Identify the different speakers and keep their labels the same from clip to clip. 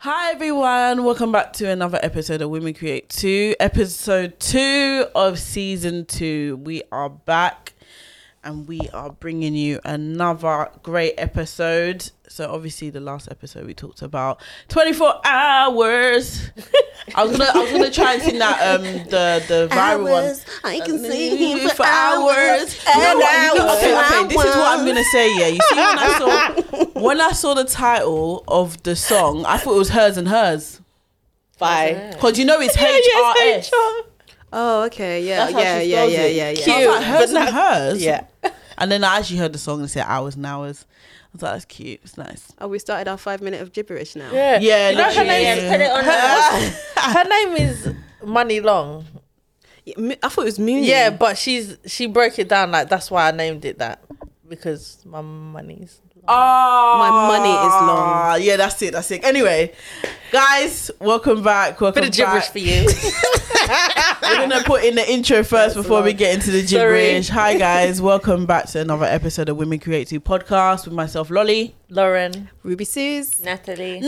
Speaker 1: Hi everyone, welcome back to another episode of Women Create 2, episode 2 of season 2. We are back and we are bringing you another great episode. So obviously the last episode we talked about 24 hours. I was going to I was going to try and sing that um the the viral one.
Speaker 2: hours. I can see him for hours
Speaker 1: You know
Speaker 2: and
Speaker 1: what? You-
Speaker 2: hours.
Speaker 1: okay, okay. This is what I'm gonna say. Yeah, you see, when I saw when I saw the title of the song, I thought it was hers and hers
Speaker 3: Bye.
Speaker 1: because you know it's HRS.
Speaker 2: Oh, okay. Yeah,
Speaker 3: That's how
Speaker 2: yeah,
Speaker 3: she
Speaker 2: yeah,
Speaker 3: spells
Speaker 2: yeah,
Speaker 3: it.
Speaker 2: yeah, yeah.
Speaker 1: So I was like, hers
Speaker 3: but
Speaker 1: and hers.
Speaker 3: Yeah.
Speaker 1: And then I actually heard the song and it said hours and hours. I was like, that's cute. It's nice.
Speaker 2: Oh, we started our five minute of gibberish now.
Speaker 3: Yeah.
Speaker 1: Yeah,
Speaker 3: You know her
Speaker 1: literally.
Speaker 3: name is put it on her, her name is Money Long.
Speaker 2: Yeah, Mo- I thought it was Mooney.
Speaker 3: Yeah, but she's she broke it down like that's why I named it that. Because my money's
Speaker 1: Oh,
Speaker 2: My money is long.
Speaker 1: Yeah, that's it. That's it. Anyway, guys, welcome back. Welcome
Speaker 3: bit of gibberish
Speaker 1: back.
Speaker 3: for you.
Speaker 1: We're gonna put in the intro first before we get into the
Speaker 3: Sorry.
Speaker 1: gibberish. Hi guys, welcome back to another episode of Women Create Two podcast with myself, Lolly,
Speaker 3: Lauren.
Speaker 2: Ruby Sue's.
Speaker 4: Natalie.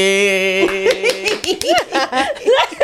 Speaker 1: Natalie.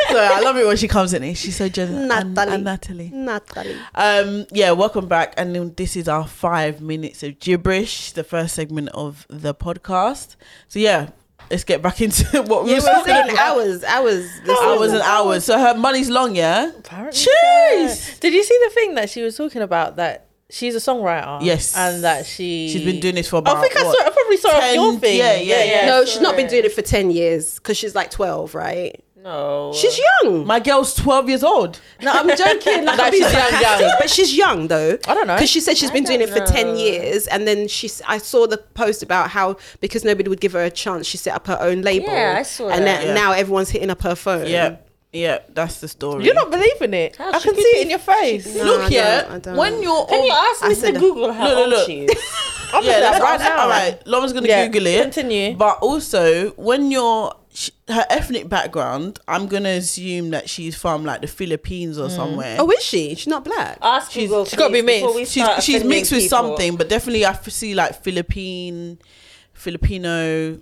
Speaker 1: Sorry, I love it when she comes in. here. She's so generous.
Speaker 2: Natalie.
Speaker 1: and Natalie.
Speaker 2: Natalie.
Speaker 1: Um, yeah, welcome back, and then this is our five minutes of gibberish, the first segment of the podcast. So yeah, let's get back into what we
Speaker 2: Yeah,
Speaker 1: were
Speaker 2: we were
Speaker 1: talking
Speaker 2: saying
Speaker 1: about.
Speaker 2: hours, hours. This
Speaker 1: Hours and hours. So her money's long, yeah.
Speaker 3: Apparently.
Speaker 1: Cheers.
Speaker 3: Did you see the thing that she was talking about that she's a songwriter?
Speaker 1: Yes.
Speaker 3: And that she
Speaker 1: She's been doing this for about
Speaker 3: I think I
Speaker 1: what?
Speaker 3: saw I probably saw it on
Speaker 1: 10
Speaker 3: your thing.
Speaker 1: yeah, yeah, yeah.
Speaker 2: No,
Speaker 3: I
Speaker 2: she's
Speaker 3: saw
Speaker 2: not been
Speaker 3: it.
Speaker 2: doing it for 10 years because she's like 12, right?
Speaker 3: No.
Speaker 2: She's young.
Speaker 1: My girl's 12 years old.
Speaker 2: No, I'm joking. Like,
Speaker 3: No,
Speaker 2: I'm being
Speaker 3: she's young,
Speaker 2: sarcastic,
Speaker 3: young.
Speaker 2: But she's young, though.
Speaker 3: I don't know.
Speaker 2: Because she said she's been doing it
Speaker 4: don't
Speaker 2: for 10
Speaker 4: know.
Speaker 2: years. And then she, s- I saw the post about how, because nobody would give her a chance, she set up her own label.
Speaker 4: Yeah, I saw
Speaker 2: And
Speaker 4: that.
Speaker 2: then, now everyone's hitting up her phone.
Speaker 1: Yeah, yeah, that's the story.
Speaker 3: You're not believing it.
Speaker 4: How
Speaker 3: I
Speaker 4: she
Speaker 3: can see
Speaker 4: could
Speaker 3: it
Speaker 4: be-
Speaker 3: in your face.
Speaker 2: No, I
Speaker 1: Look,
Speaker 2: don't,
Speaker 1: yeah,
Speaker 2: I don't.
Speaker 1: when you're
Speaker 3: Can you
Speaker 1: old-
Speaker 3: ask
Speaker 2: I
Speaker 3: me
Speaker 2: said
Speaker 3: to
Speaker 2: that-
Speaker 3: Google how
Speaker 1: Oh, Look, look,
Speaker 3: old
Speaker 1: look.
Speaker 3: she is? I'm
Speaker 1: yeah, that's
Speaker 3: right now.
Speaker 1: All right, Lauren's gonna
Speaker 3: Yeah,
Speaker 1: Google it.
Speaker 3: continue.
Speaker 1: But also, when you're sh- her ethnic background, I'm gonna assume that she's from like the Philippines or somewhere.
Speaker 2: Oh, is she? She's not black.
Speaker 3: Uh,
Speaker 4: Ask
Speaker 1: She's-
Speaker 4: Google.
Speaker 3: she's gotta be
Speaker 4: please,
Speaker 3: mixed.
Speaker 4: before we
Speaker 1: she's
Speaker 4: start
Speaker 1: she's
Speaker 4: offending
Speaker 1: mixed with
Speaker 4: people.
Speaker 1: something, but definitely I f- see like Philippine, Filipino.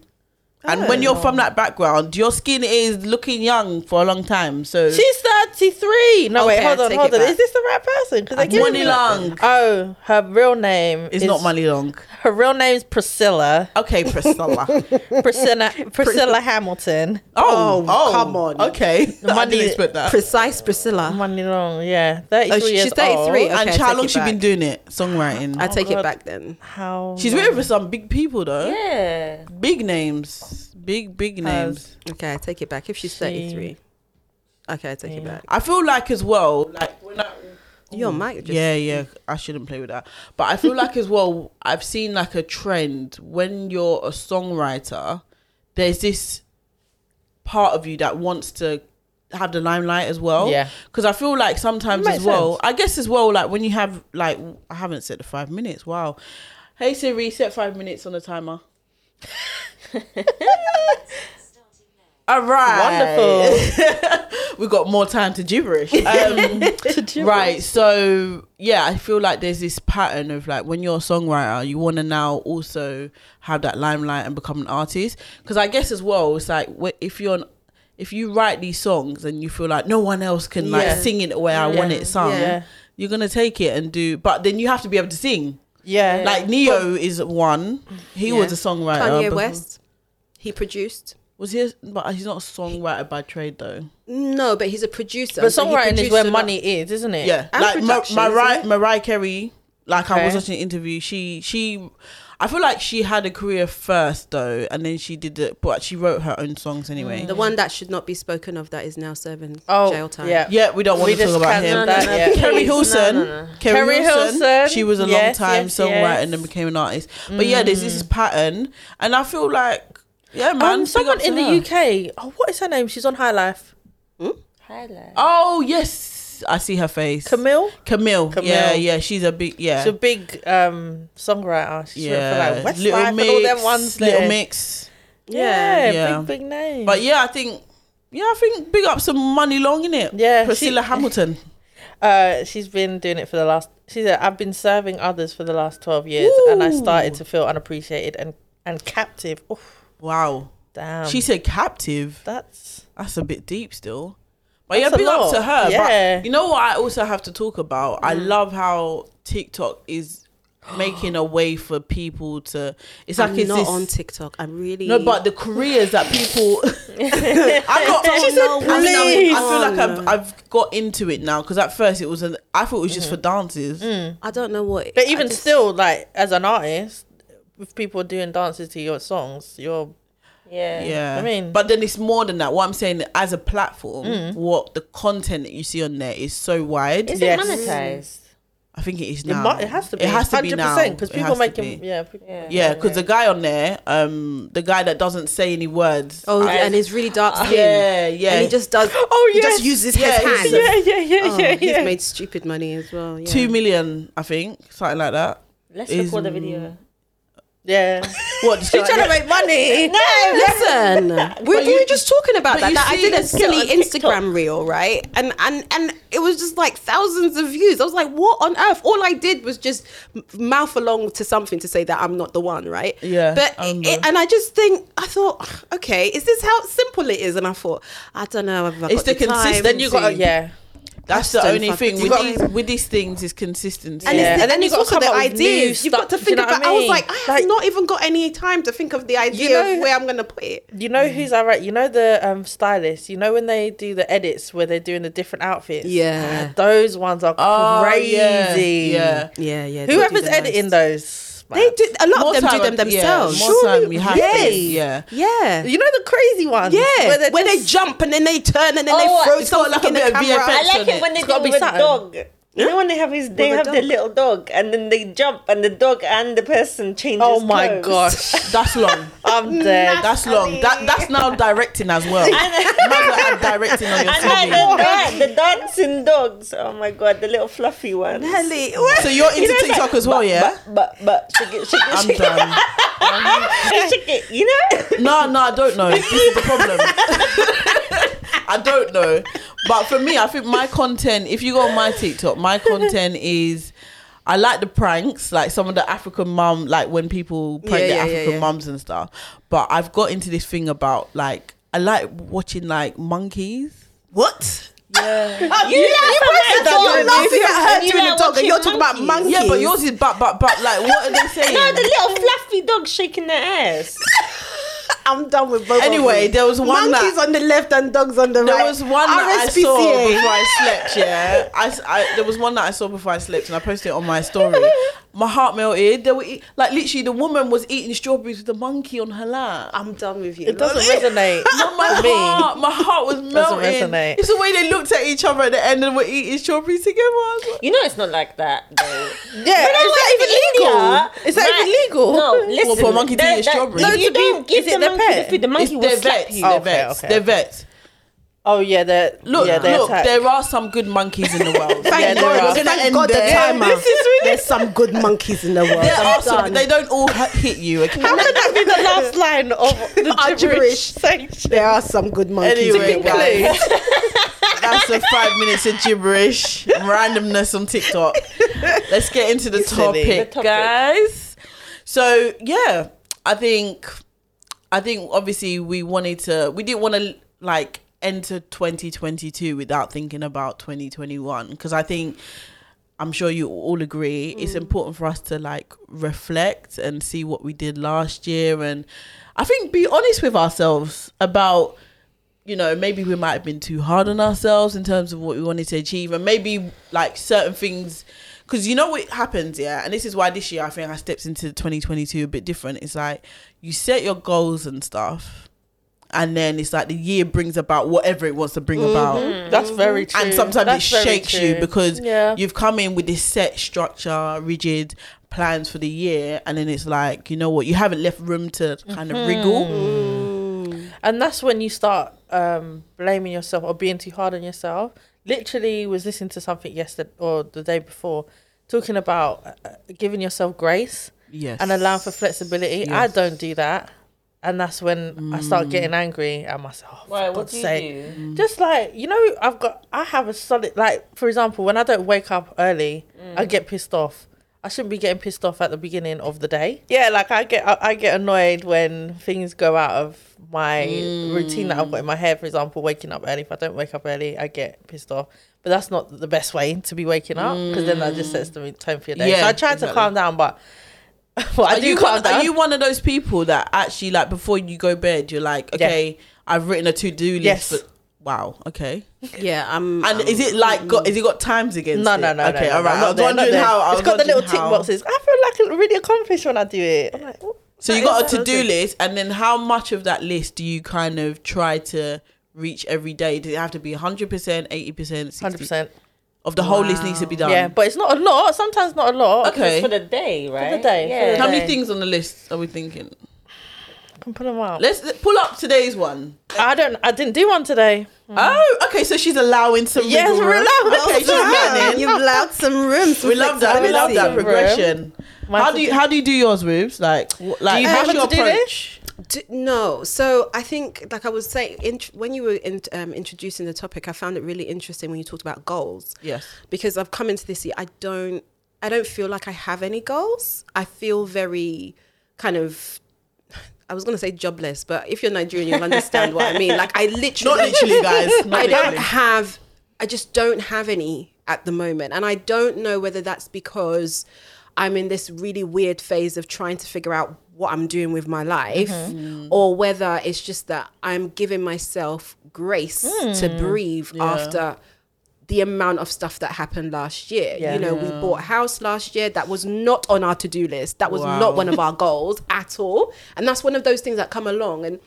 Speaker 1: And when you're from that background, your skin is looking young for a long time. So
Speaker 3: She's 33. No,
Speaker 2: Okay,
Speaker 3: wait, hold
Speaker 2: I
Speaker 3: on,
Speaker 2: take it
Speaker 3: hold on.
Speaker 2: back.
Speaker 3: Is this the right person? Because they give
Speaker 1: money long
Speaker 3: Oh, her real name
Speaker 1: is not money long.
Speaker 3: Her real name is Priscilla.
Speaker 1: Okay, Priscilla.
Speaker 3: Priscilla. Priscilla Hamilton.
Speaker 2: Oh, come on.
Speaker 1: Okay, I
Speaker 3: money-
Speaker 1: didn't expect that.
Speaker 2: Precise Priscilla.
Speaker 3: Money long. Yeah, 33
Speaker 2: Oh, she-
Speaker 3: years
Speaker 2: she's 33.
Speaker 3: old.
Speaker 2: Okay,
Speaker 1: and
Speaker 2: I
Speaker 1: how
Speaker 2: take
Speaker 1: long
Speaker 2: it
Speaker 1: she been
Speaker 2: back.
Speaker 1: doing it songwriting?
Speaker 2: I take
Speaker 3: God.
Speaker 2: it back then.
Speaker 3: How?
Speaker 1: She's written for some big people though.
Speaker 4: Yeah.
Speaker 1: Big names, big big names.
Speaker 2: Okay, I take it back. If she's 33. Okay, I take it back.
Speaker 1: I feel like as well, like when I,
Speaker 2: Your mic just.
Speaker 1: yeah, yeah, I shouldn't play with that. But I feel like as well, I've seen like a trend when you're a songwriter, there's this part of you that wants to have the limelight as well.
Speaker 3: Yeah.
Speaker 1: Because I feel like sometimes
Speaker 3: Makes
Speaker 1: as well,
Speaker 3: sense.
Speaker 1: I guess as well, like when you have like I haven't set the five minutes. Wow. Hey Siri, set five minutes on the timer. All right.
Speaker 3: Wonderful.
Speaker 1: we got more time to gibberish. Um, right. So yeah, I feel like there's this pattern of like when you're a songwriter, you want to now also have that limelight and become an artist. Because I guess as well, it's like wh- if you're an if you write these songs and you feel like no one else can like
Speaker 3: Yeah.
Speaker 1: sing it the way I want
Speaker 3: Yeah.
Speaker 1: it sung,
Speaker 3: Yeah.
Speaker 1: you're gonna take it and do. But then you have to be able to sing.
Speaker 3: Yeah.
Speaker 1: Like Neo is one. He was a
Speaker 2: Yeah.
Speaker 1: songwriter.
Speaker 2: Kanye
Speaker 1: but-
Speaker 2: West. He produced.
Speaker 1: was he? A, but he's not a songwriter by trade though.
Speaker 2: No, but he's a producer.
Speaker 3: But
Speaker 2: so he
Speaker 3: songwriting is
Speaker 2: produced
Speaker 3: where
Speaker 2: a lot-
Speaker 3: money is, isn't it?
Speaker 1: Yeah,
Speaker 2: And
Speaker 1: like Ma-
Speaker 2: production,
Speaker 1: Mariah,
Speaker 2: isn't it?
Speaker 1: Mariah Carey. Like I was
Speaker 3: Okay.
Speaker 1: watching an interview. She she, I feel like she had a career first though, and then she did it. But she wrote her own songs anyway.
Speaker 2: Mm. The one that should not be spoken of that is now serving
Speaker 3: Oh,
Speaker 2: jail time.
Speaker 3: yeah.
Speaker 1: Yeah, we don't want
Speaker 3: We
Speaker 1: to talk
Speaker 3: just
Speaker 1: about
Speaker 3: can't
Speaker 1: him.
Speaker 3: do that, yeah.
Speaker 1: Kerry
Speaker 4: Please, no,
Speaker 1: Hilson.
Speaker 4: no, no.
Speaker 1: Kerry,
Speaker 3: Kerry
Speaker 1: Hilson,
Speaker 3: Hilson.
Speaker 1: She was a long
Speaker 3: Yes,
Speaker 1: time
Speaker 3: yes,
Speaker 1: songwriter
Speaker 3: yes. Mm.
Speaker 1: and then became an artist. But yeah, there's this pattern, and I feel like yeah, man.
Speaker 3: Um,
Speaker 1: big
Speaker 3: someone
Speaker 1: up to
Speaker 3: in the
Speaker 1: her.
Speaker 3: UK. Oh, what is her name? She's on High Life.
Speaker 1: Hmm?
Speaker 4: Highlight.
Speaker 1: Oh yes, I see her face.
Speaker 3: Camille.
Speaker 1: Camille.
Speaker 3: Camille.
Speaker 1: Yeah, yeah. She's a big yeah.
Speaker 3: She's a big um, songwriter. She's
Speaker 1: yeah,
Speaker 3: written for like Westlife and all them ones.
Speaker 1: Little
Speaker 3: there.
Speaker 1: Mix.
Speaker 3: Yeah,
Speaker 1: Yeah.
Speaker 3: big big name.
Speaker 1: But yeah, I think yeah, I think big up some money long in it.
Speaker 3: Yeah, she-
Speaker 1: Priscilla Hamilton.
Speaker 3: uh, she's been doing it for the last. She said, "I've been serving others for the last twelve years, and I started to feel unappreciated and and captive." Oof.
Speaker 1: Wow.
Speaker 3: Damn.
Speaker 1: She said captive.
Speaker 3: that's
Speaker 1: That's a bit deep still. But yeah,
Speaker 3: That's a
Speaker 1: big up
Speaker 3: lot.
Speaker 1: to her.
Speaker 3: Yeah. Mm.
Speaker 1: But you know what I also have to talk about? I love how TikTok is making a way for people to it's like
Speaker 2: I'm
Speaker 1: it's
Speaker 2: not
Speaker 1: this-
Speaker 2: on TikTok. I'm really
Speaker 1: No, but the careers that people I got
Speaker 2: She said,
Speaker 1: I mean, I,
Speaker 2: "Please."
Speaker 1: I feel like I've I've got into it now because at first it was an I thought it was just
Speaker 3: Mm-hmm.
Speaker 1: for dances.
Speaker 2: I don't know what.
Speaker 3: But
Speaker 2: I
Speaker 3: even
Speaker 2: just-
Speaker 3: still, like as an artist, with people doing dances to your songs, you're
Speaker 4: Yeah.
Speaker 1: Yeah.
Speaker 3: I mean-
Speaker 1: but then it's more than that. What I'm saying as a platform, what the content that you see on there is so wide.
Speaker 4: Is
Speaker 3: Yes.
Speaker 4: it monetized?
Speaker 1: I think it is
Speaker 3: it,
Speaker 1: now.
Speaker 3: mu- it has to be
Speaker 1: It has to be now.
Speaker 3: because
Speaker 1: It
Speaker 3: people
Speaker 1: has to
Speaker 3: making
Speaker 1: be.
Speaker 3: yeah people,
Speaker 4: Yeah.
Speaker 1: Yeah, because the guy on there, um, the guy that doesn't say any words.
Speaker 2: Oh, and he's really dark skin.
Speaker 1: yeah, Ah, yeah.
Speaker 2: And he just does.
Speaker 3: Oh,
Speaker 2: He just
Speaker 3: yes.
Speaker 2: uses
Speaker 1: Yeah,
Speaker 2: his hands.
Speaker 1: yeah,
Speaker 3: yeah yeah
Speaker 2: Oh, He's made stupid money as well. Yeah.
Speaker 1: two million, I think, something like that.
Speaker 4: Let's
Speaker 1: Is-
Speaker 4: record the video.
Speaker 3: yeah.
Speaker 1: What? just
Speaker 3: She's
Speaker 1: like-
Speaker 3: trying to make money.
Speaker 2: Listen, we were,
Speaker 1: But
Speaker 2: we
Speaker 1: you-
Speaker 2: were just talking about
Speaker 1: but
Speaker 2: that.
Speaker 1: you
Speaker 2: that I
Speaker 1: see-
Speaker 2: did a
Speaker 1: let's get
Speaker 2: silly
Speaker 1: on
Speaker 2: Instagram reel, right? And and and it was just like thousands of views. I was like, what on earth? All I did was just m- mouth along to something to say that I'm not the one, right?
Speaker 1: Yeah,
Speaker 2: But
Speaker 1: I'm
Speaker 2: it-
Speaker 1: the-
Speaker 2: and I just think I thought, okay, is this how simple it is? And I thought, I don't know. Have I
Speaker 1: It's
Speaker 2: got
Speaker 1: the
Speaker 2: time
Speaker 1: consist-
Speaker 3: then you got
Speaker 2: to-
Speaker 3: yeah.
Speaker 1: That's the
Speaker 2: Ashton
Speaker 1: only
Speaker 2: fucking
Speaker 1: thing with
Speaker 2: got-
Speaker 1: these, with these things is consistency.
Speaker 2: And,
Speaker 3: Yeah.
Speaker 2: it's the, and
Speaker 3: And then
Speaker 2: then you
Speaker 3: you gotta
Speaker 2: got
Speaker 3: come
Speaker 2: the
Speaker 3: up with new
Speaker 2: ideas. You've got to
Speaker 3: stuff, do
Speaker 2: think
Speaker 3: you know
Speaker 2: about.
Speaker 3: what I
Speaker 2: I, was
Speaker 3: mean?
Speaker 2: like, I have
Speaker 3: Like-
Speaker 2: not even got any time to think of the idea
Speaker 3: know-
Speaker 2: of where I'm going to put it.
Speaker 3: You know who's I right? You know the um stylists. You know when they do the edits where they're doing the different outfits. Uh,
Speaker 2: Yeah.
Speaker 3: those ones are
Speaker 1: Oh, yeah,
Speaker 3: crazy.
Speaker 1: yeah.
Speaker 2: Yeah, yeah.
Speaker 3: whoever's editing those,
Speaker 2: They
Speaker 3: man.
Speaker 2: do a lot
Speaker 1: More
Speaker 2: of them do
Speaker 1: time,
Speaker 2: them
Speaker 1: yeah,
Speaker 2: themselves.
Speaker 1: more
Speaker 2: Surely-
Speaker 1: time you have to, yeah.
Speaker 2: yeah,
Speaker 3: You know the crazy ones.
Speaker 2: yeah.
Speaker 3: where they're
Speaker 2: When they
Speaker 3: just-
Speaker 2: jump and then they turn and then
Speaker 4: Oh,
Speaker 2: they throw
Speaker 1: it's got
Speaker 2: something
Speaker 1: like a
Speaker 2: in the
Speaker 1: bit of
Speaker 2: camera.
Speaker 1: VFX.
Speaker 4: I like
Speaker 1: Action it.
Speaker 4: it when they
Speaker 3: It's
Speaker 4: do
Speaker 3: gotta
Speaker 4: it
Speaker 3: be
Speaker 4: with
Speaker 3: something.
Speaker 4: dog. You know when they have his, they
Speaker 2: With a
Speaker 4: have the
Speaker 2: dog.
Speaker 4: little dog, and then they jump, and the dog and the person changes.
Speaker 3: Oh my
Speaker 4: clothes.
Speaker 3: gosh,
Speaker 1: that's long.
Speaker 3: I'm dead.
Speaker 1: That's long. That that's now directing as well. Imagine I'm directing on your
Speaker 4: And then
Speaker 1: TV.
Speaker 4: the, da- the dancing dogs. Oh my god, the little fluffy ones.
Speaker 2: Nelly, what?
Speaker 1: So you're into
Speaker 4: know, it's like,
Speaker 1: TikTok as well, yeah?
Speaker 4: But but shake it, shake it,
Speaker 1: I'm
Speaker 4: shake it,
Speaker 1: done.
Speaker 4: shake it. You know.
Speaker 1: No, no, I don't know. This is the problem. I don't know. But for me, I think my content, if you go on my TikTok, my content is I like the pranks, like some of the African mum, like when people prank
Speaker 2: Yeah,
Speaker 1: their
Speaker 2: yeah, yeah,
Speaker 1: African
Speaker 2: yeah.
Speaker 1: mums and stuff. But I've got into this thing about like I like watching like monkeys.
Speaker 2: What?
Speaker 1: Yeah.
Speaker 2: you you posted that you're
Speaker 4: that dog.
Speaker 2: laughing at
Speaker 4: And
Speaker 2: her
Speaker 4: you
Speaker 2: doing
Speaker 4: like
Speaker 2: a dog, and
Speaker 4: watching
Speaker 2: you're talking about monkeys.
Speaker 4: monkeys.
Speaker 1: Yeah, but yours is but but but like what are they saying?
Speaker 4: No, the little fluffy dog shaking their ass.
Speaker 2: I'm done with both. of
Speaker 1: Anyway,
Speaker 2: them.
Speaker 1: there was one that-
Speaker 2: monkeys on the left and dogs on the right.
Speaker 1: There was one that I saw
Speaker 2: RSPCA.
Speaker 1: before I slept. Yeah, I, s- I- there was one that I saw before I slept, and I posted it on my story. My heart melted. They were eat, like literally, the woman was eating strawberries with a monkey on her lap.
Speaker 2: I'm done with you.
Speaker 3: it doesn't resonate.
Speaker 1: No, my
Speaker 3: with me.
Speaker 1: heart, my heart was
Speaker 3: Doesn't
Speaker 1: melting.
Speaker 3: resonate.
Speaker 1: It's the way they looked at each other at the end and were eating strawberries together. I was like,
Speaker 4: You know it's not like that though.
Speaker 3: Yeah,
Speaker 4: When I
Speaker 3: is that
Speaker 4: went
Speaker 3: even
Speaker 4: to
Speaker 3: legal?
Speaker 4: India,
Speaker 3: Is that
Speaker 4: my-
Speaker 3: even legal?
Speaker 4: No, listen.
Speaker 1: for a monkey to
Speaker 4: that-
Speaker 1: eat
Speaker 4: that-
Speaker 1: strawberries?
Speaker 4: If
Speaker 1: No,
Speaker 4: you
Speaker 3: to be-
Speaker 4: don't give
Speaker 3: is it
Speaker 4: the
Speaker 3: their
Speaker 4: monkey the
Speaker 3: pet?
Speaker 4: food, the monkey will
Speaker 1: they're
Speaker 4: slap
Speaker 1: vets.
Speaker 4: you.
Speaker 3: Oh,
Speaker 1: They're
Speaker 3: okay,
Speaker 1: vets.
Speaker 3: okay.
Speaker 1: They're vets.
Speaker 3: Oh yeah, they're
Speaker 1: Look,
Speaker 3: yeah, they're
Speaker 1: look.
Speaker 3: attacked.
Speaker 1: There are some good monkeys in the world.
Speaker 3: Yeah,
Speaker 2: Thank
Speaker 3: there
Speaker 2: God,
Speaker 3: are.
Speaker 2: thank
Speaker 1: Gonna end
Speaker 2: God the
Speaker 1: there.
Speaker 2: timer.
Speaker 1: This is really-
Speaker 2: There's some good monkeys in the world.
Speaker 1: There
Speaker 2: I'm
Speaker 1: are some.
Speaker 2: done.
Speaker 1: They don't all h- hit you. Okay?
Speaker 3: How could that be the last line of
Speaker 2: Our
Speaker 3: the gibberish
Speaker 2: gibberish.
Speaker 3: section?
Speaker 2: There are some good monkeys.
Speaker 1: Anyway,
Speaker 2: in the world.
Speaker 1: guys, that's the five minutes of gibberish, randomness on TikTok. Let's get into the topic,
Speaker 3: silly.
Speaker 4: topic.
Speaker 1: guys. So yeah, I think, I think obviously we wanted to, we didn't want to like enter 2022 without thinking about 2021 because I think. I'm sure you all agree it's important for us to like reflect and see what we did last year and I think be honest with ourselves about you know maybe we might have been too hard on ourselves in terms of what we wanted to achieve and maybe like certain things because you know what happens yeah and this is why this year I think I stepped into 2022 a bit different it's like you set your goals and stuff and then it's like the year brings about whatever it wants to bring about
Speaker 3: That's very true.
Speaker 1: and sometimes
Speaker 3: That's
Speaker 1: it
Speaker 3: very
Speaker 1: shakes you
Speaker 3: true.
Speaker 1: because
Speaker 3: Yeah.
Speaker 1: you've come in with this set structure, rigid plans for the year, and then it's like, you know what, you haven't left room to kind of wriggle.
Speaker 3: Mm. and that's when you start um, blaming yourself or being too hard on yourself. Literally, was listening to something yesterday or the day before, talking about uh, giving yourself grace
Speaker 1: Yes.
Speaker 3: and allowing for flexibility. I
Speaker 1: Yes.
Speaker 3: don't do that, and that's when I start getting angry at myself. for
Speaker 4: Why? What
Speaker 3: God's
Speaker 4: do you
Speaker 3: sake.
Speaker 4: do?
Speaker 3: Just like you know, Mm. I've got I have a solid like for example, when I don't wake up early, I get pissed off. I shouldn't be getting pissed off at the beginning of the day.
Speaker 4: Yeah, like
Speaker 3: Like I get I, I get annoyed when things go out of my routine that I've got in my head. For example, waking up early. If I don't wake up early, I get pissed off. But that's not the best way to be waking up because then that just sets the tone for your day.
Speaker 1: Yeah,
Speaker 3: so I try to
Speaker 1: exactly.
Speaker 3: calm down, but well, I
Speaker 1: are
Speaker 3: do
Speaker 1: you
Speaker 3: calm
Speaker 1: one,
Speaker 3: down.
Speaker 1: are you one of those people that actually like before you go bed you're like
Speaker 3: Yeah.
Speaker 1: okay I've written a to do list
Speaker 3: Yes.
Speaker 1: but wow okay
Speaker 2: Yeah, I'm.
Speaker 1: and
Speaker 2: I'm-
Speaker 1: is it like got is it got times against
Speaker 3: No,
Speaker 1: it?
Speaker 3: no, no.
Speaker 1: okay
Speaker 3: no, no,
Speaker 1: all right I
Speaker 3: no, not
Speaker 1: was
Speaker 3: there, not
Speaker 1: wondering
Speaker 3: there.
Speaker 1: how I was
Speaker 3: it's got the little
Speaker 1: wondering
Speaker 3: tick
Speaker 1: how-
Speaker 3: boxes. I feel like I'm really accomplished when I do it. I'm like, oh,
Speaker 1: so you
Speaker 3: that
Speaker 1: got
Speaker 3: is-
Speaker 1: a
Speaker 3: that
Speaker 1: to
Speaker 3: is
Speaker 1: do
Speaker 3: it.
Speaker 1: list and then how much of that list do you kind of try to reach every day does it have to be 100% 80%
Speaker 3: 100.
Speaker 1: 60%
Speaker 3: percent
Speaker 1: of the whole list needs to be done
Speaker 3: Yeah, but it's not a lot. Sometimes not a lot.
Speaker 1: Okay.
Speaker 4: for the day, right?
Speaker 3: day, for the
Speaker 4: Yeah.
Speaker 1: how many
Speaker 3: day.
Speaker 1: things on the list are we thinking
Speaker 3: I can pull them out.
Speaker 1: let's let's pull up today's one
Speaker 3: I don't. I didn't do one today.
Speaker 1: Oh, okay. So she's allowing some.
Speaker 3: Yes,
Speaker 1: wiggle
Speaker 3: we're
Speaker 1: room. Oh,
Speaker 3: allowing
Speaker 1: Okay,
Speaker 3: some
Speaker 1: she's getting it.
Speaker 2: You've allowed some room. some
Speaker 1: We love that. We love that
Speaker 2: flexibility.
Speaker 3: room.
Speaker 1: progression.
Speaker 3: My
Speaker 1: How do you how do you do yours, Rubes? Like, wh- like
Speaker 3: you
Speaker 1: how's
Speaker 3: have a
Speaker 1: your
Speaker 3: to-do list?
Speaker 1: approach?
Speaker 2: D- no, so I think, like I was saying, int- when you were in- um, introducing the topic, I found it really interesting when you talked about goals.
Speaker 1: Yes.
Speaker 2: because I've come into this year, I don't, I don't feel like I have any goals. I feel very, kind of. I was gonna say jobless, but if you're Nigerian, you'll understand what I mean. Like I literally,
Speaker 1: Not literally, guys. Not
Speaker 2: I don't
Speaker 1: literally.
Speaker 2: have I just don't have any at the moment. And I don't know whether that's because I'm in this really weird phase of trying to figure out what I'm doing with my life
Speaker 3: Mm-hmm.
Speaker 2: or whether it's just that I'm giving myself grace
Speaker 3: Mm.
Speaker 2: to breathe after the amount of stuff that happened last year.
Speaker 3: Yeah.
Speaker 2: You know, we bought a house last year that was not on our to-do list. That was
Speaker 1: Wow.
Speaker 2: not one of our goals at all. And that's one of those things that come along and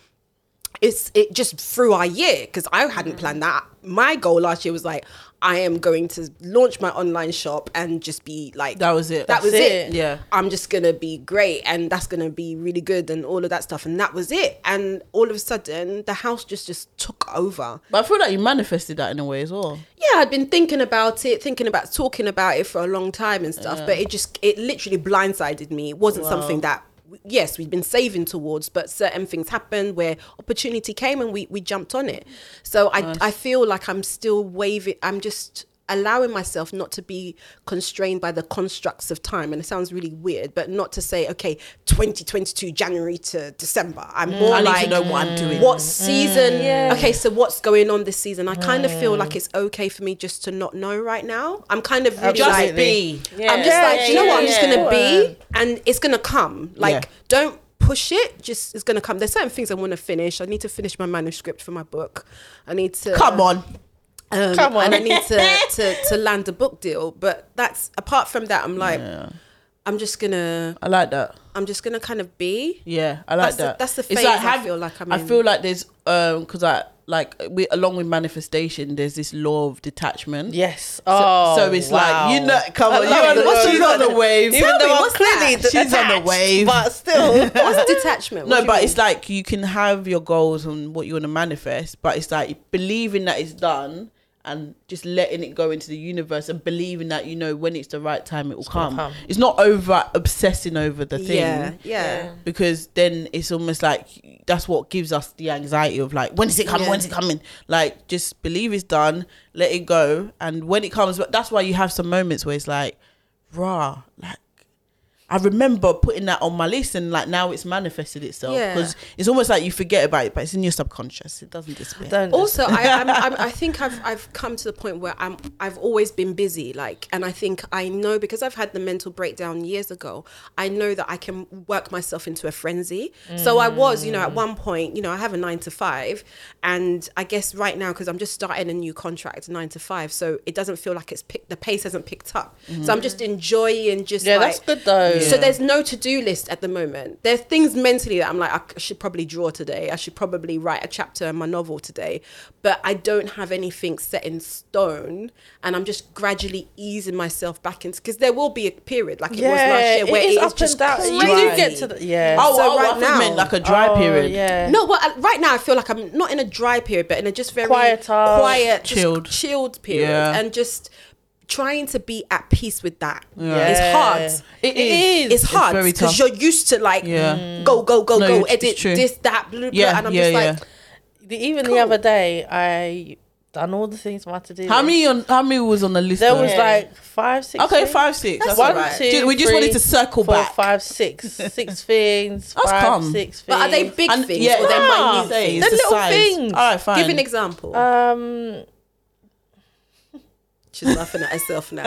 Speaker 2: it's it just through our year because I hadn't
Speaker 1: Mm.
Speaker 2: planned that. My goal last year was like I am going to launch my online shop and just be like
Speaker 1: That was it.
Speaker 2: That was
Speaker 3: That's
Speaker 2: it.
Speaker 1: it. Yeah.
Speaker 2: I'm just gonna be great and that's gonna be really good and all of that stuff and that was it. And all of a sudden the house just just took over.
Speaker 1: But I feel like you manifested that in a way as well.
Speaker 2: Yeah, I'd been thinking about it, thinking about talking about it for a long time and stuff, but it just it literally blindsided me. It wasn't something that yes, we'd been saving towards, but certain things happened where opportunity came and we we jumped on it. So I I feel like I'm still waving I'm just allowing myself not to be constrained by the constructs of time and it sounds really weird but not to say okay 2022 January to December I'm more
Speaker 1: Mm, I need to
Speaker 2: like
Speaker 1: know what I'm doing.
Speaker 2: what season okay so what's going on this season I kind of
Speaker 1: Mm.
Speaker 2: feel like it's okay for me just to not know right now I'm kind of really
Speaker 1: Just
Speaker 2: like
Speaker 1: be.
Speaker 4: Yeah.
Speaker 2: I'm just like, you know what? I'm just
Speaker 4: yeah.
Speaker 2: gonna be, and it's gonna come. Like,
Speaker 1: Yeah.
Speaker 2: don't push it. Just it's gonna come. There's certain things I want to finish. I need to finish my manuscript for my book. I need to
Speaker 1: Come on.
Speaker 2: um,
Speaker 3: Come on.
Speaker 2: and I need to, to to land a book deal. But that's apart from that, I'm like,
Speaker 1: Yeah.
Speaker 2: I'm just gonna,
Speaker 1: I like that.
Speaker 2: I'm just gonna kind of be.
Speaker 1: Yeah, I like
Speaker 2: That's the-
Speaker 1: that.
Speaker 2: that's the
Speaker 1: It's
Speaker 2: phase I feel like I'm
Speaker 1: I
Speaker 2: in.
Speaker 1: feel like there's um because I like we along with manifestation, there's this law of detachment.
Speaker 3: Yes.
Speaker 1: So,
Speaker 3: Oh,
Speaker 1: so it's
Speaker 3: wow.
Speaker 1: like you know, come on,
Speaker 3: I
Speaker 1: you
Speaker 3: love
Speaker 1: on
Speaker 3: it.
Speaker 1: the,
Speaker 3: What's
Speaker 1: she's
Speaker 3: the-
Speaker 1: on the wave.
Speaker 3: Even
Speaker 2: Tell
Speaker 3: though
Speaker 2: me,
Speaker 3: I'm
Speaker 2: what's
Speaker 3: clearly
Speaker 2: that?
Speaker 3: d-
Speaker 1: She's on the
Speaker 3: attached,
Speaker 1: wave.
Speaker 3: but still.
Speaker 2: What's detachment? What do
Speaker 1: No,
Speaker 2: you
Speaker 1: but
Speaker 2: mean?
Speaker 1: it's like you can have your goals and what you want to manifest, but it's like believing that it's done and just letting it go into the universe and believing that you know when it's the right time it will
Speaker 3: gonna
Speaker 1: come.
Speaker 3: come.
Speaker 1: It's not over obsessing over the thing.
Speaker 2: yeah, yeah.
Speaker 1: Because then it's almost like that's what gives us the anxiety of like, when is it coming?
Speaker 2: Yeah.
Speaker 1: When's it coming? Like, just believe it's done, let it go. And when it comes, but that's why you have some moments where it's like, rah, like, I remember putting that on my list and like now it's manifested itself.
Speaker 2: Yeah.
Speaker 1: Because it's almost like you forget about it, but it's in your subconscious. It doesn't disappear.
Speaker 3: Don't
Speaker 2: also I, I'm, I'm, I think I've, I've come to the point where I'm, I've always been busy like and I think I know because I've had the mental breakdown years ago I know that I can work myself into a frenzy so I was you know at one point you know I have a nine to five and I guess right now because I'm just starting a new contract nine to five so it doesn't feel like it's picked the pace hasn't picked up so I'm just enjoying just
Speaker 3: Mm. Yeah,
Speaker 2: like,
Speaker 3: that's good though.
Speaker 2: so
Speaker 3: Yeah.
Speaker 2: there's no to-do list at the moment. There's things mentally that I'm like, I c- should probably draw today. I should probably write a chapter in my novel today. But I don't have anything set in stone, and I'm just gradually easing myself back into because there will be a period like it was last year where it is, just crazy.
Speaker 3: You do get to the yeah.
Speaker 1: Oh,
Speaker 2: So
Speaker 1: oh,
Speaker 2: right
Speaker 1: I thought you meant
Speaker 2: now-
Speaker 1: like a dry
Speaker 3: Oh,
Speaker 1: period.
Speaker 3: Yeah.
Speaker 2: No, well, I- right now I feel like I'm not in a dry period, but in a just very
Speaker 3: Quieter.
Speaker 2: quiet, just
Speaker 1: Chilled.
Speaker 2: chilled period,
Speaker 1: Yeah.
Speaker 2: and just trying to be at peace with that.
Speaker 1: Yeah.
Speaker 2: It's hard.
Speaker 1: It is.
Speaker 2: It's hard
Speaker 1: very
Speaker 2: because
Speaker 1: tough.
Speaker 2: you're used to like
Speaker 1: Yeah. Mm.
Speaker 2: go go go
Speaker 1: No,
Speaker 2: go
Speaker 1: it's- it's
Speaker 2: edit
Speaker 1: true.
Speaker 2: this that blah, blah,
Speaker 1: Yeah,
Speaker 2: and I'm
Speaker 1: yeah,
Speaker 2: just like
Speaker 1: yeah.
Speaker 3: The, even
Speaker 2: Cool.
Speaker 3: the other day, I done all the things I had to do.
Speaker 1: How many on how many was on the list?
Speaker 3: There
Speaker 1: though?
Speaker 3: was
Speaker 4: Yeah.
Speaker 3: like five, six.
Speaker 1: okay,
Speaker 3: things.
Speaker 1: five, six. That's
Speaker 3: One,
Speaker 1: all right.
Speaker 3: two,
Speaker 1: Ju- we just wanted
Speaker 3: three,
Speaker 1: to circle
Speaker 3: Four,
Speaker 1: back.
Speaker 3: five, six, six things.
Speaker 1: That's
Speaker 3: five,
Speaker 1: calm.
Speaker 3: six things.
Speaker 2: But are they big
Speaker 1: And-
Speaker 2: things
Speaker 1: yeah,
Speaker 2: or they
Speaker 3: Nah.
Speaker 2: minute
Speaker 1: Say
Speaker 2: things?
Speaker 1: it's
Speaker 3: They're
Speaker 1: the
Speaker 3: little
Speaker 1: size.
Speaker 3: things.
Speaker 1: All right, fine.
Speaker 2: Give an example.
Speaker 1: Uh,
Speaker 3: Um.
Speaker 2: She's laughing at herself now.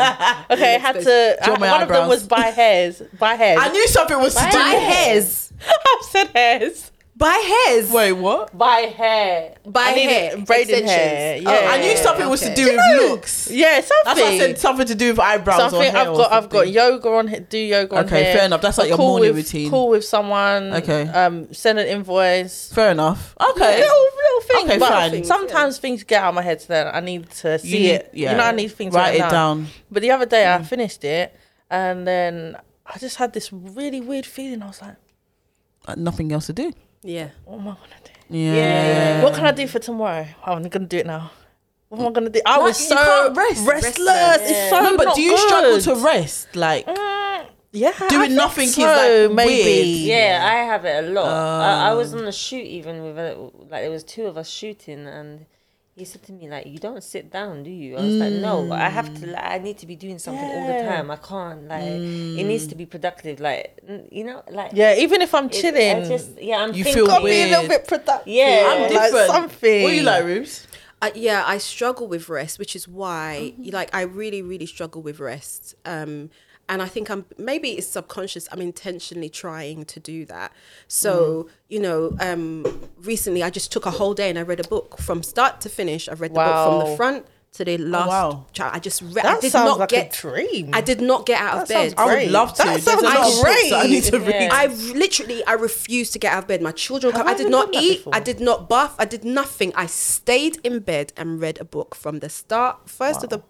Speaker 3: Okay, I had to. I,
Speaker 1: Draw my
Speaker 3: one of them
Speaker 1: eyebrows.
Speaker 3: was buy hairs. Buy hairs.
Speaker 1: I knew something was to do.
Speaker 2: Buy
Speaker 1: with-
Speaker 2: hairs.
Speaker 3: I've said hairs.
Speaker 2: Buy hairs.
Speaker 1: Wait, what?
Speaker 3: Buy hair.
Speaker 2: Buy
Speaker 3: I needed
Speaker 2: hair.
Speaker 3: Braided hair.
Speaker 2: Extensions.
Speaker 3: Yeah.
Speaker 2: Oh,
Speaker 1: I knew something was to
Speaker 2: okay.
Speaker 1: do
Speaker 2: Do
Speaker 1: with looks.
Speaker 3: Yeah, something.
Speaker 1: That's why I said something to do with eyebrows or
Speaker 3: Something
Speaker 1: hair.
Speaker 3: I've
Speaker 1: or
Speaker 3: got. I've got
Speaker 1: something.
Speaker 3: yoga on. he- Do yoga on.
Speaker 1: Okay,
Speaker 3: hair.
Speaker 1: fair enough. That's like
Speaker 3: Or
Speaker 1: your
Speaker 3: call
Speaker 1: morning
Speaker 3: with,
Speaker 1: routine.
Speaker 3: Call with someone.
Speaker 1: Okay.
Speaker 3: Um, send an invoice.
Speaker 1: Fair enough. Okay.
Speaker 3: Little little things.
Speaker 1: Okay,
Speaker 3: but
Speaker 1: fine.
Speaker 2: Things,
Speaker 3: Sometimes things get out of my head. So then I need to see
Speaker 1: need-
Speaker 3: it.
Speaker 1: yeah.
Speaker 3: You know, I need things.
Speaker 1: Write
Speaker 3: written
Speaker 1: it down. Mm.
Speaker 3: But the other day, I finished it, and then I just had this really weird feeling. I was like,
Speaker 1: Uh, Nothing else to do.
Speaker 2: Yeah.
Speaker 3: "What am I gonna do?"
Speaker 1: Yeah. Um,
Speaker 3: What can I do for tomorrow? Oh, I'm gonna do it now. What am I gonna do? I
Speaker 1: Like,
Speaker 3: was
Speaker 1: you
Speaker 3: so
Speaker 1: can't rest.
Speaker 3: restless.
Speaker 2: Restless.
Speaker 3: It's so.
Speaker 1: no, but
Speaker 3: not
Speaker 1: do you
Speaker 3: good.
Speaker 1: struggle to rest? Like
Speaker 3: Mm, yeah, I
Speaker 1: doing
Speaker 3: think
Speaker 1: nothing is,
Speaker 3: so,
Speaker 1: like,
Speaker 3: maybe.
Speaker 1: weird.
Speaker 4: Yeah, I have it a lot. I, I was on a shoot even with a, like there was two of us shooting, and he said to me like, "You don't sit down, do you?" I was like, "No, I have to. Like, I need to be doing something all the
Speaker 3: Yeah.
Speaker 4: time. I can't like. It needs to be productive. Like n- you know, like
Speaker 3: Yeah, even if I'm
Speaker 4: it-
Speaker 3: chilling,
Speaker 4: I just yeah, I'm
Speaker 1: You
Speaker 4: thinking.
Speaker 1: feel
Speaker 3: gotta be a little
Speaker 1: Weird.
Speaker 3: bit productive.
Speaker 4: Yeah. I'm
Speaker 3: like
Speaker 1: different.
Speaker 3: something.
Speaker 1: What are you like, Rubes?
Speaker 2: I, yeah, I struggle with rest, which is why,
Speaker 3: Mm-hmm.
Speaker 2: like, I really, really struggle with rest. Um, and I think I'm maybe it's subconscious. I'm intentionally trying to do that.
Speaker 3: Mm-hmm.
Speaker 2: So you know, um, recently I just took a whole day and I read a book from start to finish. I read the book from
Speaker 3: Wow. Oh,
Speaker 2: the front to the last.
Speaker 1: wow.
Speaker 2: chap- I just read. I
Speaker 3: That
Speaker 2: did
Speaker 3: sounds
Speaker 2: not
Speaker 3: like
Speaker 2: get.
Speaker 3: a dream.
Speaker 2: I did not get out of
Speaker 3: That sounds
Speaker 2: bed.
Speaker 1: I would
Speaker 3: Great.
Speaker 1: love to.
Speaker 3: That
Speaker 1: There's
Speaker 3: sounds
Speaker 1: a lot of
Speaker 2: great.
Speaker 1: books that I need to read.
Speaker 4: Yeah.
Speaker 2: I literally, I refused to get out of bed. My children,
Speaker 3: Have
Speaker 2: come, I
Speaker 3: I
Speaker 2: did
Speaker 3: ever
Speaker 2: not
Speaker 3: done that
Speaker 2: eat,
Speaker 3: before?
Speaker 2: I did not bath, I did nothing. I stayed in bed and read a book from the start, first of the,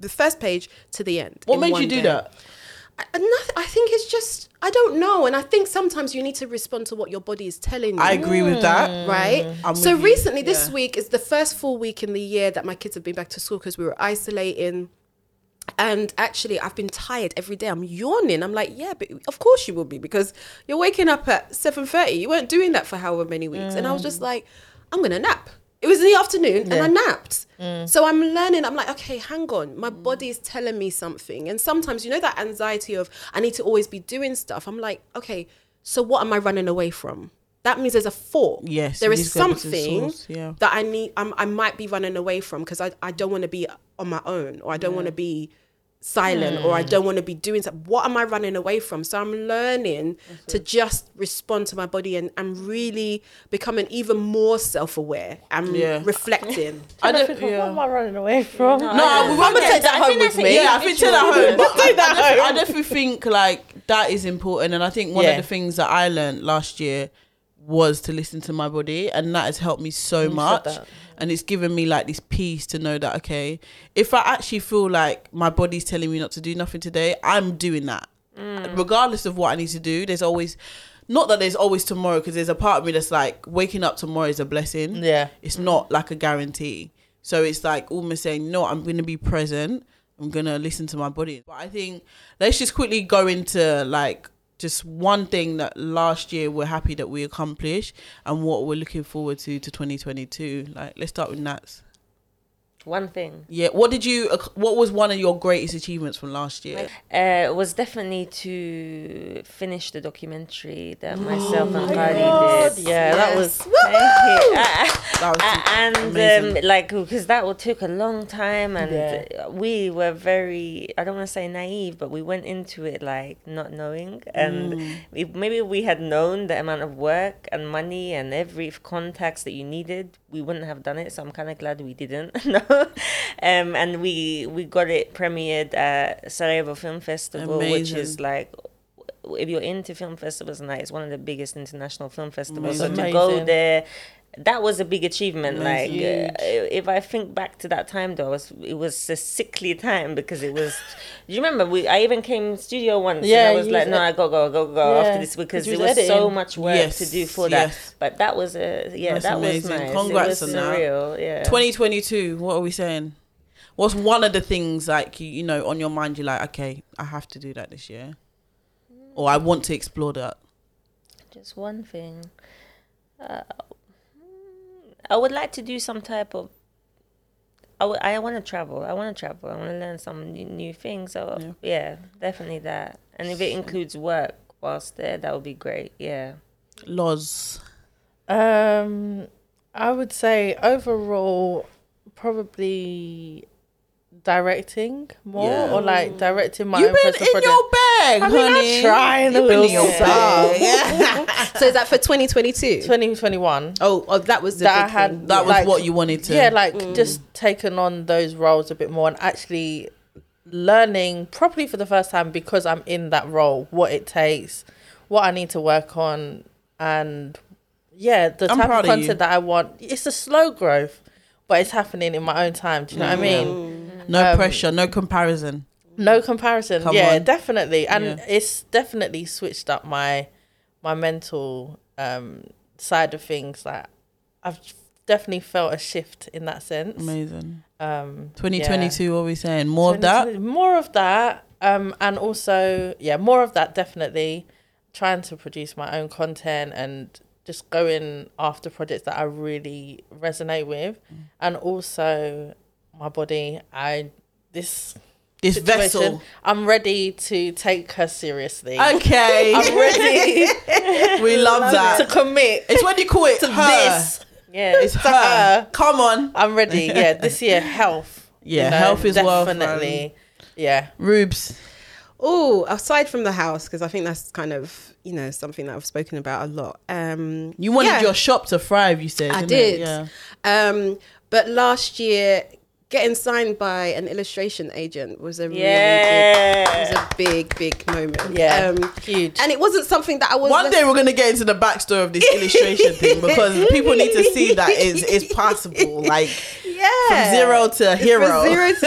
Speaker 2: the first page to the end.
Speaker 1: What
Speaker 2: in
Speaker 1: made
Speaker 2: one
Speaker 1: you do
Speaker 2: day.
Speaker 1: that?
Speaker 2: I, and noth- I think it's just, I don't know. And I think sometimes you need to respond to what your body is telling you.
Speaker 1: I agree with
Speaker 3: Mm.
Speaker 1: that.
Speaker 2: Right.
Speaker 1: I'm
Speaker 2: so
Speaker 1: with you.
Speaker 2: recently, this
Speaker 1: Yeah.
Speaker 2: week is the first full week in the year that my kids have been back to school because we were isolating. And actually, I've been tired every day. I'm yawning. I'm like, yeah, but of course you will be because you're waking up at seven thirty. You weren't doing that for however many weeks. And I was
Speaker 1: Mm.
Speaker 2: just like, I'm gonna nap. It was in the afternoon, and I napped.
Speaker 1: Mm.
Speaker 2: So I'm learning. I'm like, okay, hang on. My body is telling me something. And sometimes, you know, that anxiety of I need to always be doing stuff. I'm like, okay, so what am I running away from? That means there's a fault.
Speaker 1: Yes,
Speaker 2: there
Speaker 1: you need
Speaker 2: is
Speaker 1: to go back to the
Speaker 2: something
Speaker 1: source, yeah.
Speaker 2: that I need. I'm, I might be running away from because I, I don't want to be on my own or I don't want to be silent or I don't want to be doing something. What am I running away from? So I'm learning to just respond to my body and I'm really becoming even more self aware. I'm
Speaker 1: Yeah.
Speaker 2: reflecting.
Speaker 1: I don't.
Speaker 3: What
Speaker 1: yeah.
Speaker 3: am I running away from?
Speaker 1: No, we won't
Speaker 3: gonna
Speaker 1: get
Speaker 3: take that home with me.
Speaker 1: Yeah, I think take that home. But I,
Speaker 3: Take that
Speaker 1: I, definitely,
Speaker 3: home.
Speaker 1: I definitely think like that is important, and I think one
Speaker 3: Yeah.
Speaker 1: of the things that I learned last year was to listen to my body, and that has helped me so much.
Speaker 3: that.
Speaker 1: And it's given me like this peace to know that okay, if I actually feel like my body's telling me not to do nothing today, I'm doing that,
Speaker 3: Mm.
Speaker 1: regardless of what I need to do. There's always. Not that there's always tomorrow, because there's a part of me that's like waking up tomorrow is a blessing.
Speaker 3: Yeah.
Speaker 1: It's not like a guarantee. So it's like almost saying, no, I'm going to be present. I'm going to listen to my body. But I think let's just quickly go into like just one thing that last year we're happy that we accomplished and what we're looking forward to to 2022. Like, let's start with Nats.
Speaker 4: One thing.
Speaker 1: Yeah. What did you, ac- what was one of your greatest achievements from last year?
Speaker 4: uh, was definitely to finish the documentary that myself and
Speaker 1: Oh,
Speaker 4: Kari
Speaker 3: God,
Speaker 4: did.
Speaker 3: yeah, that was.
Speaker 4: Thank you.
Speaker 1: That was
Speaker 4: Uh, and
Speaker 1: amazing.
Speaker 4: um, like because that wa- took a long time and
Speaker 3: Yeah.
Speaker 4: we were very i don't want to say naive but we went into it like not knowing and if maybe we had known the amount of work and money and every f- contacts that you needed we wouldn't have done it so i'm kind of glad we didn't no um and we we got it premiered at sarajevo film festival which is
Speaker 1: Amazing.
Speaker 4: like if you're into film festivals and that, it's one of the biggest international film festivals. So
Speaker 3: Amazing.
Speaker 4: to go
Speaker 3: Amazing.
Speaker 4: there, that was a big achievement. Like,
Speaker 3: Huge.
Speaker 4: uh, if I think back to that time though, it was, it was a sickly time because it was. do you remember? We I even came studio once.
Speaker 3: Yeah,
Speaker 4: and I was
Speaker 3: you
Speaker 4: like,
Speaker 3: was
Speaker 4: no,
Speaker 3: e-
Speaker 4: I go go go go
Speaker 3: Yeah,
Speaker 4: after this because
Speaker 3: 'cause you
Speaker 4: it was
Speaker 3: was
Speaker 4: so
Speaker 3: editing.
Speaker 4: much work to do
Speaker 1: Yes,
Speaker 4: for that.
Speaker 1: yes.
Speaker 4: But that was a yeah,
Speaker 1: That's
Speaker 4: that
Speaker 1: amazing.
Speaker 4: was nice.
Speaker 1: Congrats
Speaker 4: it
Speaker 1: on
Speaker 4: was
Speaker 1: that.
Speaker 4: surreal. Yeah.
Speaker 1: 2022, what are we saying? What's one of the things like you, you know on your mind? You're like, okay, I have to do that this year, or I want to explore that.
Speaker 4: Just one thing. Uh, I would like to do some type of I, w- I want to travel. I want to travel. I want to learn some new, new things. So yeah. definitely that. And if it includes work whilst there, that would be great. Yeah.
Speaker 1: Laws.
Speaker 3: Um, I would say overall, probably directing more
Speaker 1: Yeah.
Speaker 3: or like directing my
Speaker 1: You've
Speaker 3: own
Speaker 1: been in
Speaker 3: personal project.
Speaker 1: your bag,
Speaker 3: I mean,
Speaker 1: honey.
Speaker 3: I'm trying to
Speaker 1: You've been in your
Speaker 3: wheel
Speaker 1: bag.
Speaker 2: so is that for 2022?
Speaker 3: 2021.
Speaker 2: Oh, oh, that was the
Speaker 3: That I
Speaker 2: big
Speaker 3: had
Speaker 2: thing.
Speaker 1: That was
Speaker 3: Like,
Speaker 1: what you wanted to.
Speaker 3: Yeah, like just taking on those roles a bit more and actually learning properly for the first time because I'm in that role, what it takes, what I need to work on, and yeah, the
Speaker 1: I'm
Speaker 3: type
Speaker 1: proud
Speaker 3: of
Speaker 1: of you.
Speaker 3: content that I want. It's a slow growth, but it's happening in my own time. Do you know
Speaker 2: Mm.
Speaker 3: what I mean? um,
Speaker 1: no pressure, no comparison.
Speaker 3: No comparison.
Speaker 1: Mm. Come
Speaker 3: yeah,
Speaker 1: on.
Speaker 3: definitely. And
Speaker 1: Yeah.
Speaker 3: it's definitely switched up my my mental um side of things. Like I've definitely felt a shift in that sense.
Speaker 1: Amazing.
Speaker 3: Um
Speaker 1: 2022, what are we saying? More of that?
Speaker 3: More of that. Um and also yeah, more of that definitely. Trying to produce my own content and just going after projects that I really resonate with.
Speaker 1: Mm.
Speaker 3: And also my body. I this
Speaker 1: This
Speaker 3: situation,
Speaker 1: vessel.
Speaker 3: I'm ready to take her seriously. I'm
Speaker 1: Okay.
Speaker 3: ready
Speaker 1: we love
Speaker 3: to
Speaker 1: that.
Speaker 3: commit
Speaker 1: It's when you call it
Speaker 3: to
Speaker 1: her.
Speaker 3: this.
Speaker 4: Yeah.
Speaker 1: It's her.
Speaker 3: her.
Speaker 1: Come on.
Speaker 3: I'm ready. Yeah, this year health.
Speaker 1: Yeah, health is wealth,
Speaker 3: definitely. yeah,
Speaker 1: Rubes.
Speaker 2: Oh, aside from the house, because I think that's kind of you know something that I've spoken about a lot. Um,
Speaker 1: You wanted
Speaker 2: yeah,
Speaker 1: your shop to thrive, you said.
Speaker 2: I
Speaker 1: didn't it?
Speaker 2: did.
Speaker 1: Yeah.
Speaker 2: Um, but last year, getting signed by an illustration agent was a really big,
Speaker 4: Yeah.
Speaker 2: was a big, big moment.
Speaker 3: yeah,
Speaker 2: Um,
Speaker 3: huge.
Speaker 2: and it wasn't something that I was.
Speaker 1: One day we're gonna get into the backstory of this illustration thing because people need to see that it's, it's possible. Like
Speaker 2: yeah,
Speaker 1: from zero to hero.
Speaker 2: From zero to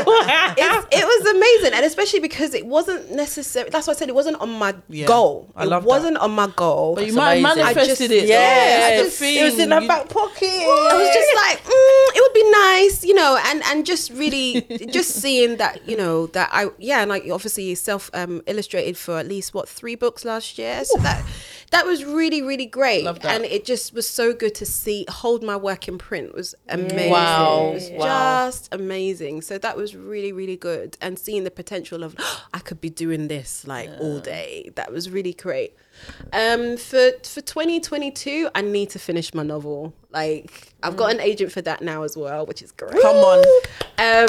Speaker 2: it's, it was amazing, and especially because it wasn't necessary. That's why I said it wasn't on my
Speaker 1: Yeah,
Speaker 2: goal.
Speaker 1: I
Speaker 2: it
Speaker 1: love that.
Speaker 2: wasn't on my goal.
Speaker 1: But you
Speaker 3: That's
Speaker 1: might have
Speaker 3: amazing. I
Speaker 1: manifested
Speaker 2: just-
Speaker 1: it.
Speaker 3: yeah,
Speaker 1: That's
Speaker 2: I
Speaker 1: the
Speaker 2: just-
Speaker 1: thing.
Speaker 3: it was in her
Speaker 1: You-
Speaker 3: back pocket.
Speaker 2: I was just like, mm, it would be nice, you know, and and just really just seeing that, you know, that I yeah, and like obviously self um, illustrated for at least what three books last year, so that that was really really great,
Speaker 1: Love that.
Speaker 2: and it just was so good to see hold my work in print was amazing.
Speaker 3: Wow,
Speaker 2: It was
Speaker 3: wow.
Speaker 2: just amazing. So that was really really good, and seeing the potential of I could be doing this like all day. That was really great. Um, for for 2022, I need to finish my novel. Like I've got an agent for that now as well, which is great.
Speaker 1: Come on.
Speaker 2: Um, but I,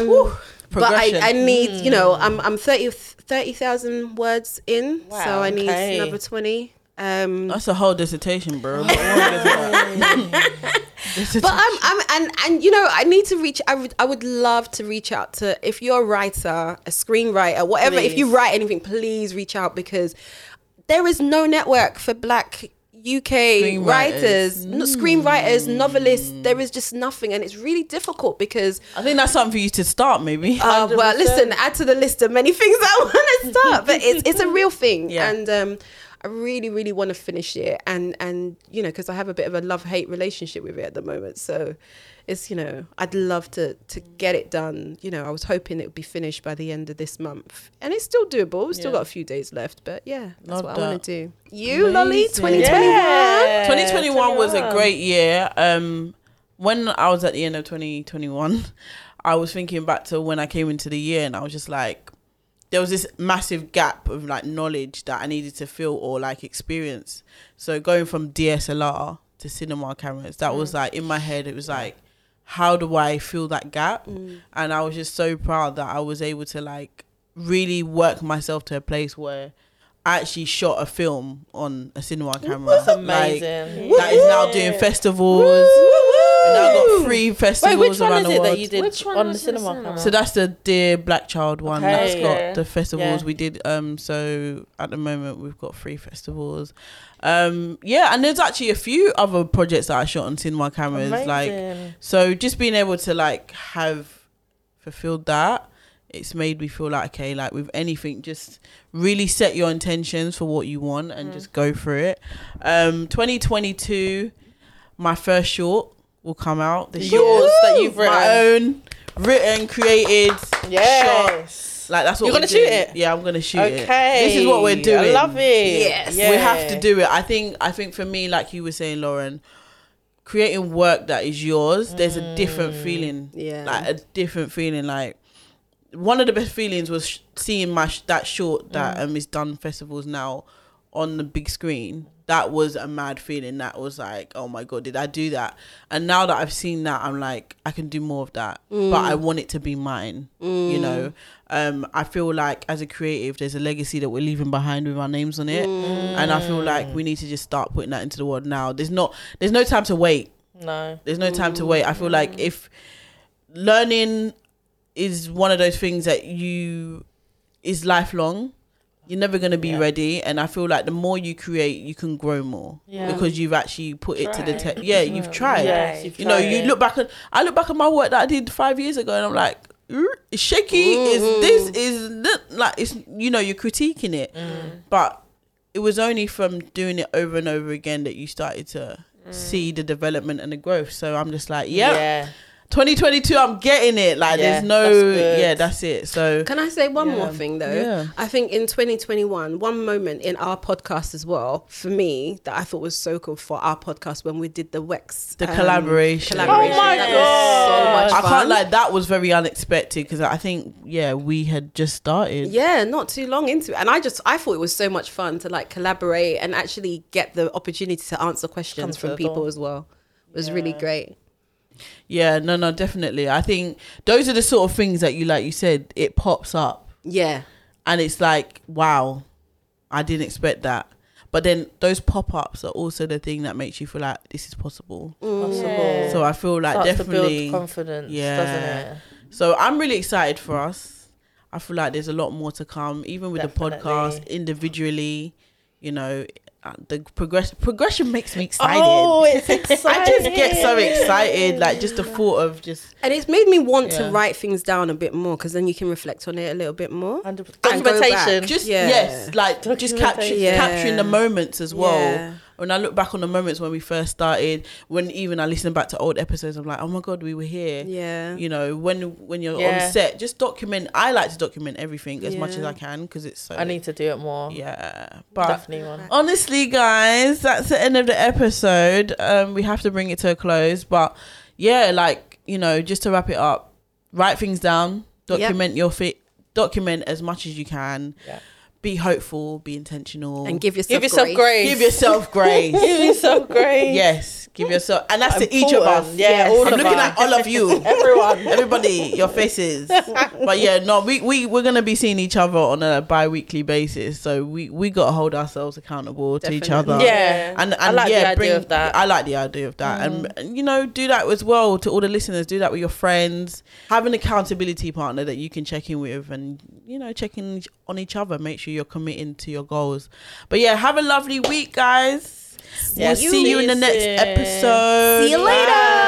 Speaker 1: Progression. Mm.
Speaker 2: I need, you know, I'm I'm 30 30,000 words in, so
Speaker 4: Wow,
Speaker 2: I need
Speaker 3: okay.
Speaker 2: another 20. Um,
Speaker 1: That's a whole dissertation, bro. But we'll get to that. Dissertation.
Speaker 2: but I'm, I'm and and you know I need to reach I would I would love to reach out to if you're a writer a screenwriter whatever if you
Speaker 3: Please.
Speaker 2: write anything please reach out because there is no network for black UK
Speaker 1: Screenwriters.
Speaker 2: writers no- screenwriters novelists there is just nothing and it's really difficult because
Speaker 1: I think that's something for you to start, maybe.
Speaker 2: uh, well, listen, add to the list of many things I want to start, but it's it's a real thing,
Speaker 1: Yeah.
Speaker 2: and um, I really, really want to finish it, and and you know, because I have a bit of a love hate relationship with it at the moment, so it's you know, I'd love to to get it done. You know, I was hoping it would be finished by the end of this month, and it's still doable. We've still
Speaker 1: Yeah.
Speaker 2: got a few days left, but yeah, that's
Speaker 1: Love
Speaker 2: what
Speaker 1: that.
Speaker 2: I want to do. You, Lolly,
Speaker 1: Amazing.
Speaker 2: twenty twenty one.
Speaker 3: Yeah,
Speaker 1: 2021 was a
Speaker 4: 21.
Speaker 1: great year. Um, when I was at the end of 2021, I was thinking back to when I came into the year, and I was just like, there was this massive gap of like knowledge that I needed to fill or like experience. So going from DSLR to cinema cameras, that was like in my head. It was like, how do I fill that gap?
Speaker 2: Mm.
Speaker 1: And I was just so proud that I was able to like really work myself to a place where I actually shot a film on a cinema camera.
Speaker 3: That's
Speaker 1: Like,
Speaker 3: amazing.
Speaker 1: that is now doing festivals. We now got three
Speaker 3: Wait,
Speaker 1: festivals
Speaker 3: which one
Speaker 1: around
Speaker 3: is
Speaker 1: the
Speaker 3: it
Speaker 1: world.
Speaker 3: that you did
Speaker 4: Which one
Speaker 3: on the
Speaker 4: was in the
Speaker 3: cinema?
Speaker 4: cinema?
Speaker 3: camera?
Speaker 1: So that's the Dear Black Child one that's
Speaker 3: Okay.
Speaker 1: got the festivals.
Speaker 3: Yeah.
Speaker 1: We did um so at the moment we've got three festivals. Um yeah, and there's actually a few other projects that I shot on cinema cameras. Like
Speaker 3: Amazing.
Speaker 1: so just being able to like have fulfilled that, it's made me feel like okay, like with anything, just really set your intentions for what you want and
Speaker 3: Mm.
Speaker 1: just go for it. Um twenty twenty two, my first short will come out this
Speaker 3: yours
Speaker 1: year.
Speaker 3: that you've written.
Speaker 1: My own written, created, shot.
Speaker 3: Yes.
Speaker 1: Like that's what
Speaker 3: You're
Speaker 1: we're
Speaker 3: gonna shoot
Speaker 1: doing.
Speaker 3: it?
Speaker 1: Yeah, I'm gonna shoot it.
Speaker 3: Okay.
Speaker 1: This is what we're doing.
Speaker 3: I love it.
Speaker 2: Yes.
Speaker 1: We have to do it. I think I think for me, like you were saying, Lauren, creating work that is yours, there's a different feeling.
Speaker 2: Yeah.
Speaker 1: Like a different feeling. Like one of the best feelings was sh- seeing my sh- that short that um is done festivals now on the big screen. That was a mad feeling. That was like, oh my god, did I do that? And now that I've seen that, I'm like, I can do more of that, but I want it to be mine. You know, um, I feel like as a creative, there's a legacy that we're leaving behind with our names on it, and I feel like we need to just start putting that into the world now. There's not, there's no time to wait.
Speaker 3: No.
Speaker 1: There's no time to wait. I feel like if learning is one of those things that you is lifelong, you're never gonna be
Speaker 3: Yeah.
Speaker 1: ready. And I feel like the more you create, you can grow more
Speaker 3: Yeah.
Speaker 1: because you've actually put it to the
Speaker 4: Tried.
Speaker 1: test. Yeah, you've tried.
Speaker 3: Yes,
Speaker 1: You know, you
Speaker 3: tried.
Speaker 1: look back at I look back at my work that I did five years ago, and I'm like. "Mm, it's Shaky is this is that," like it's you know you're critiquing it,
Speaker 3: Mm.
Speaker 1: but it was only from doing it over and over again that you started to see
Speaker 2: Mm.
Speaker 1: the development and the growth. So I'm just like, yeah, 2022, I'm getting it. Like
Speaker 3: Yeah,
Speaker 1: there's no,
Speaker 3: that's good.
Speaker 1: yeah, that's it. So
Speaker 2: Can I say one more
Speaker 1: Yeah.
Speaker 2: thing though?
Speaker 1: Yeah.
Speaker 2: I think in 2021, one moment in our podcast as well, for me, that I thought was so cool for our podcast when we did the Wex.
Speaker 1: the
Speaker 2: um,
Speaker 1: collaboration.
Speaker 2: collaboration.
Speaker 3: Oh my
Speaker 2: that
Speaker 3: God.
Speaker 2: Was so
Speaker 1: I
Speaker 2: much
Speaker 1: can't
Speaker 2: fun.
Speaker 1: like that was very unexpected because I think yeah we had just started.
Speaker 2: yeah, not too long into it. And I just, I thought it was so much fun to like collaborate and actually get the opportunity to answer questions
Speaker 3: to
Speaker 2: from
Speaker 3: the
Speaker 2: people
Speaker 3: door.
Speaker 2: as well. It was really great.
Speaker 1: Yeah, no, no, definitely. I think those are the sort of things that you like. You said it pops up,
Speaker 2: Yeah.
Speaker 1: and it's like, wow, I didn't expect that. But then those pop ups are also the thing that makes you feel like this is possible.
Speaker 2: Mm.
Speaker 3: Possible.
Speaker 4: Yeah.
Speaker 1: So I feel like
Speaker 3: Starts to
Speaker 1: definitely.
Speaker 3: build confidence,
Speaker 1: Yeah.
Speaker 3: doesn't it?
Speaker 1: so I'm really excited for us. I feel like there's a lot more to come, even with the podcast
Speaker 3: Definitely.
Speaker 1: individually. You know, uh, the progress progression makes me excited.
Speaker 3: Oh, it's exciting.
Speaker 1: I just get so excited, like just the thought of just
Speaker 2: And it's made me want
Speaker 1: Yeah.
Speaker 2: to write things down a bit more because then you can reflect on it a little bit more. And go back.
Speaker 3: Documentation.
Speaker 1: just
Speaker 2: Yeah.
Speaker 1: yes, like just capture,
Speaker 2: Yeah.
Speaker 1: capturing the moments as well.
Speaker 2: Yeah.
Speaker 1: When I look back on the moments when we first started, when even I listen back to old episodes, I'm like, oh my god, we were here.
Speaker 2: Yeah.
Speaker 1: You know, when when you're
Speaker 3: Yeah.
Speaker 1: on set, just document. I like to document everything as much
Speaker 2: Yeah.
Speaker 1: as I can because it's so.
Speaker 3: I need to do it more.
Speaker 1: yeah, but
Speaker 3: Definitely one.
Speaker 1: honestly guys that's the end of the episode um we have to bring it to a close but yeah like you know just to wrap it up write things down
Speaker 2: Yep.
Speaker 1: document your fit document as much as you can
Speaker 3: Yeah.
Speaker 1: be hopeful be intentional
Speaker 2: And give yourself,
Speaker 3: Give yourself
Speaker 2: grace.
Speaker 3: grace.
Speaker 1: give yourself grace
Speaker 3: Give yourself grace.
Speaker 1: yes give yourself and that's to each of us
Speaker 3: Important. Yeah, all
Speaker 1: i'm
Speaker 3: of
Speaker 1: looking at
Speaker 3: us.
Speaker 1: all of you
Speaker 3: Everyone.
Speaker 1: everybody your faces but yeah no we, we we're gonna be seeing each other on a bi-weekly basis so we we gotta hold ourselves accountable to each
Speaker 2: Definitely.
Speaker 1: other
Speaker 3: Yeah.
Speaker 1: and, and
Speaker 3: I like
Speaker 1: yeah,
Speaker 3: the idea
Speaker 1: bring,
Speaker 3: of that. Mm.
Speaker 1: I like the idea of that, and, and you know, do that as well to all the listeners. Do that with your friends. Have an accountability partner that you can check in with, and you know, check in each- on each other. Make sure you're committing to your goals. But yeah, have a lovely week, guys.
Speaker 3: Yes.
Speaker 1: We'll see you in the next
Speaker 3: See you soon.
Speaker 1: episode.
Speaker 2: See you later.
Speaker 1: Bye.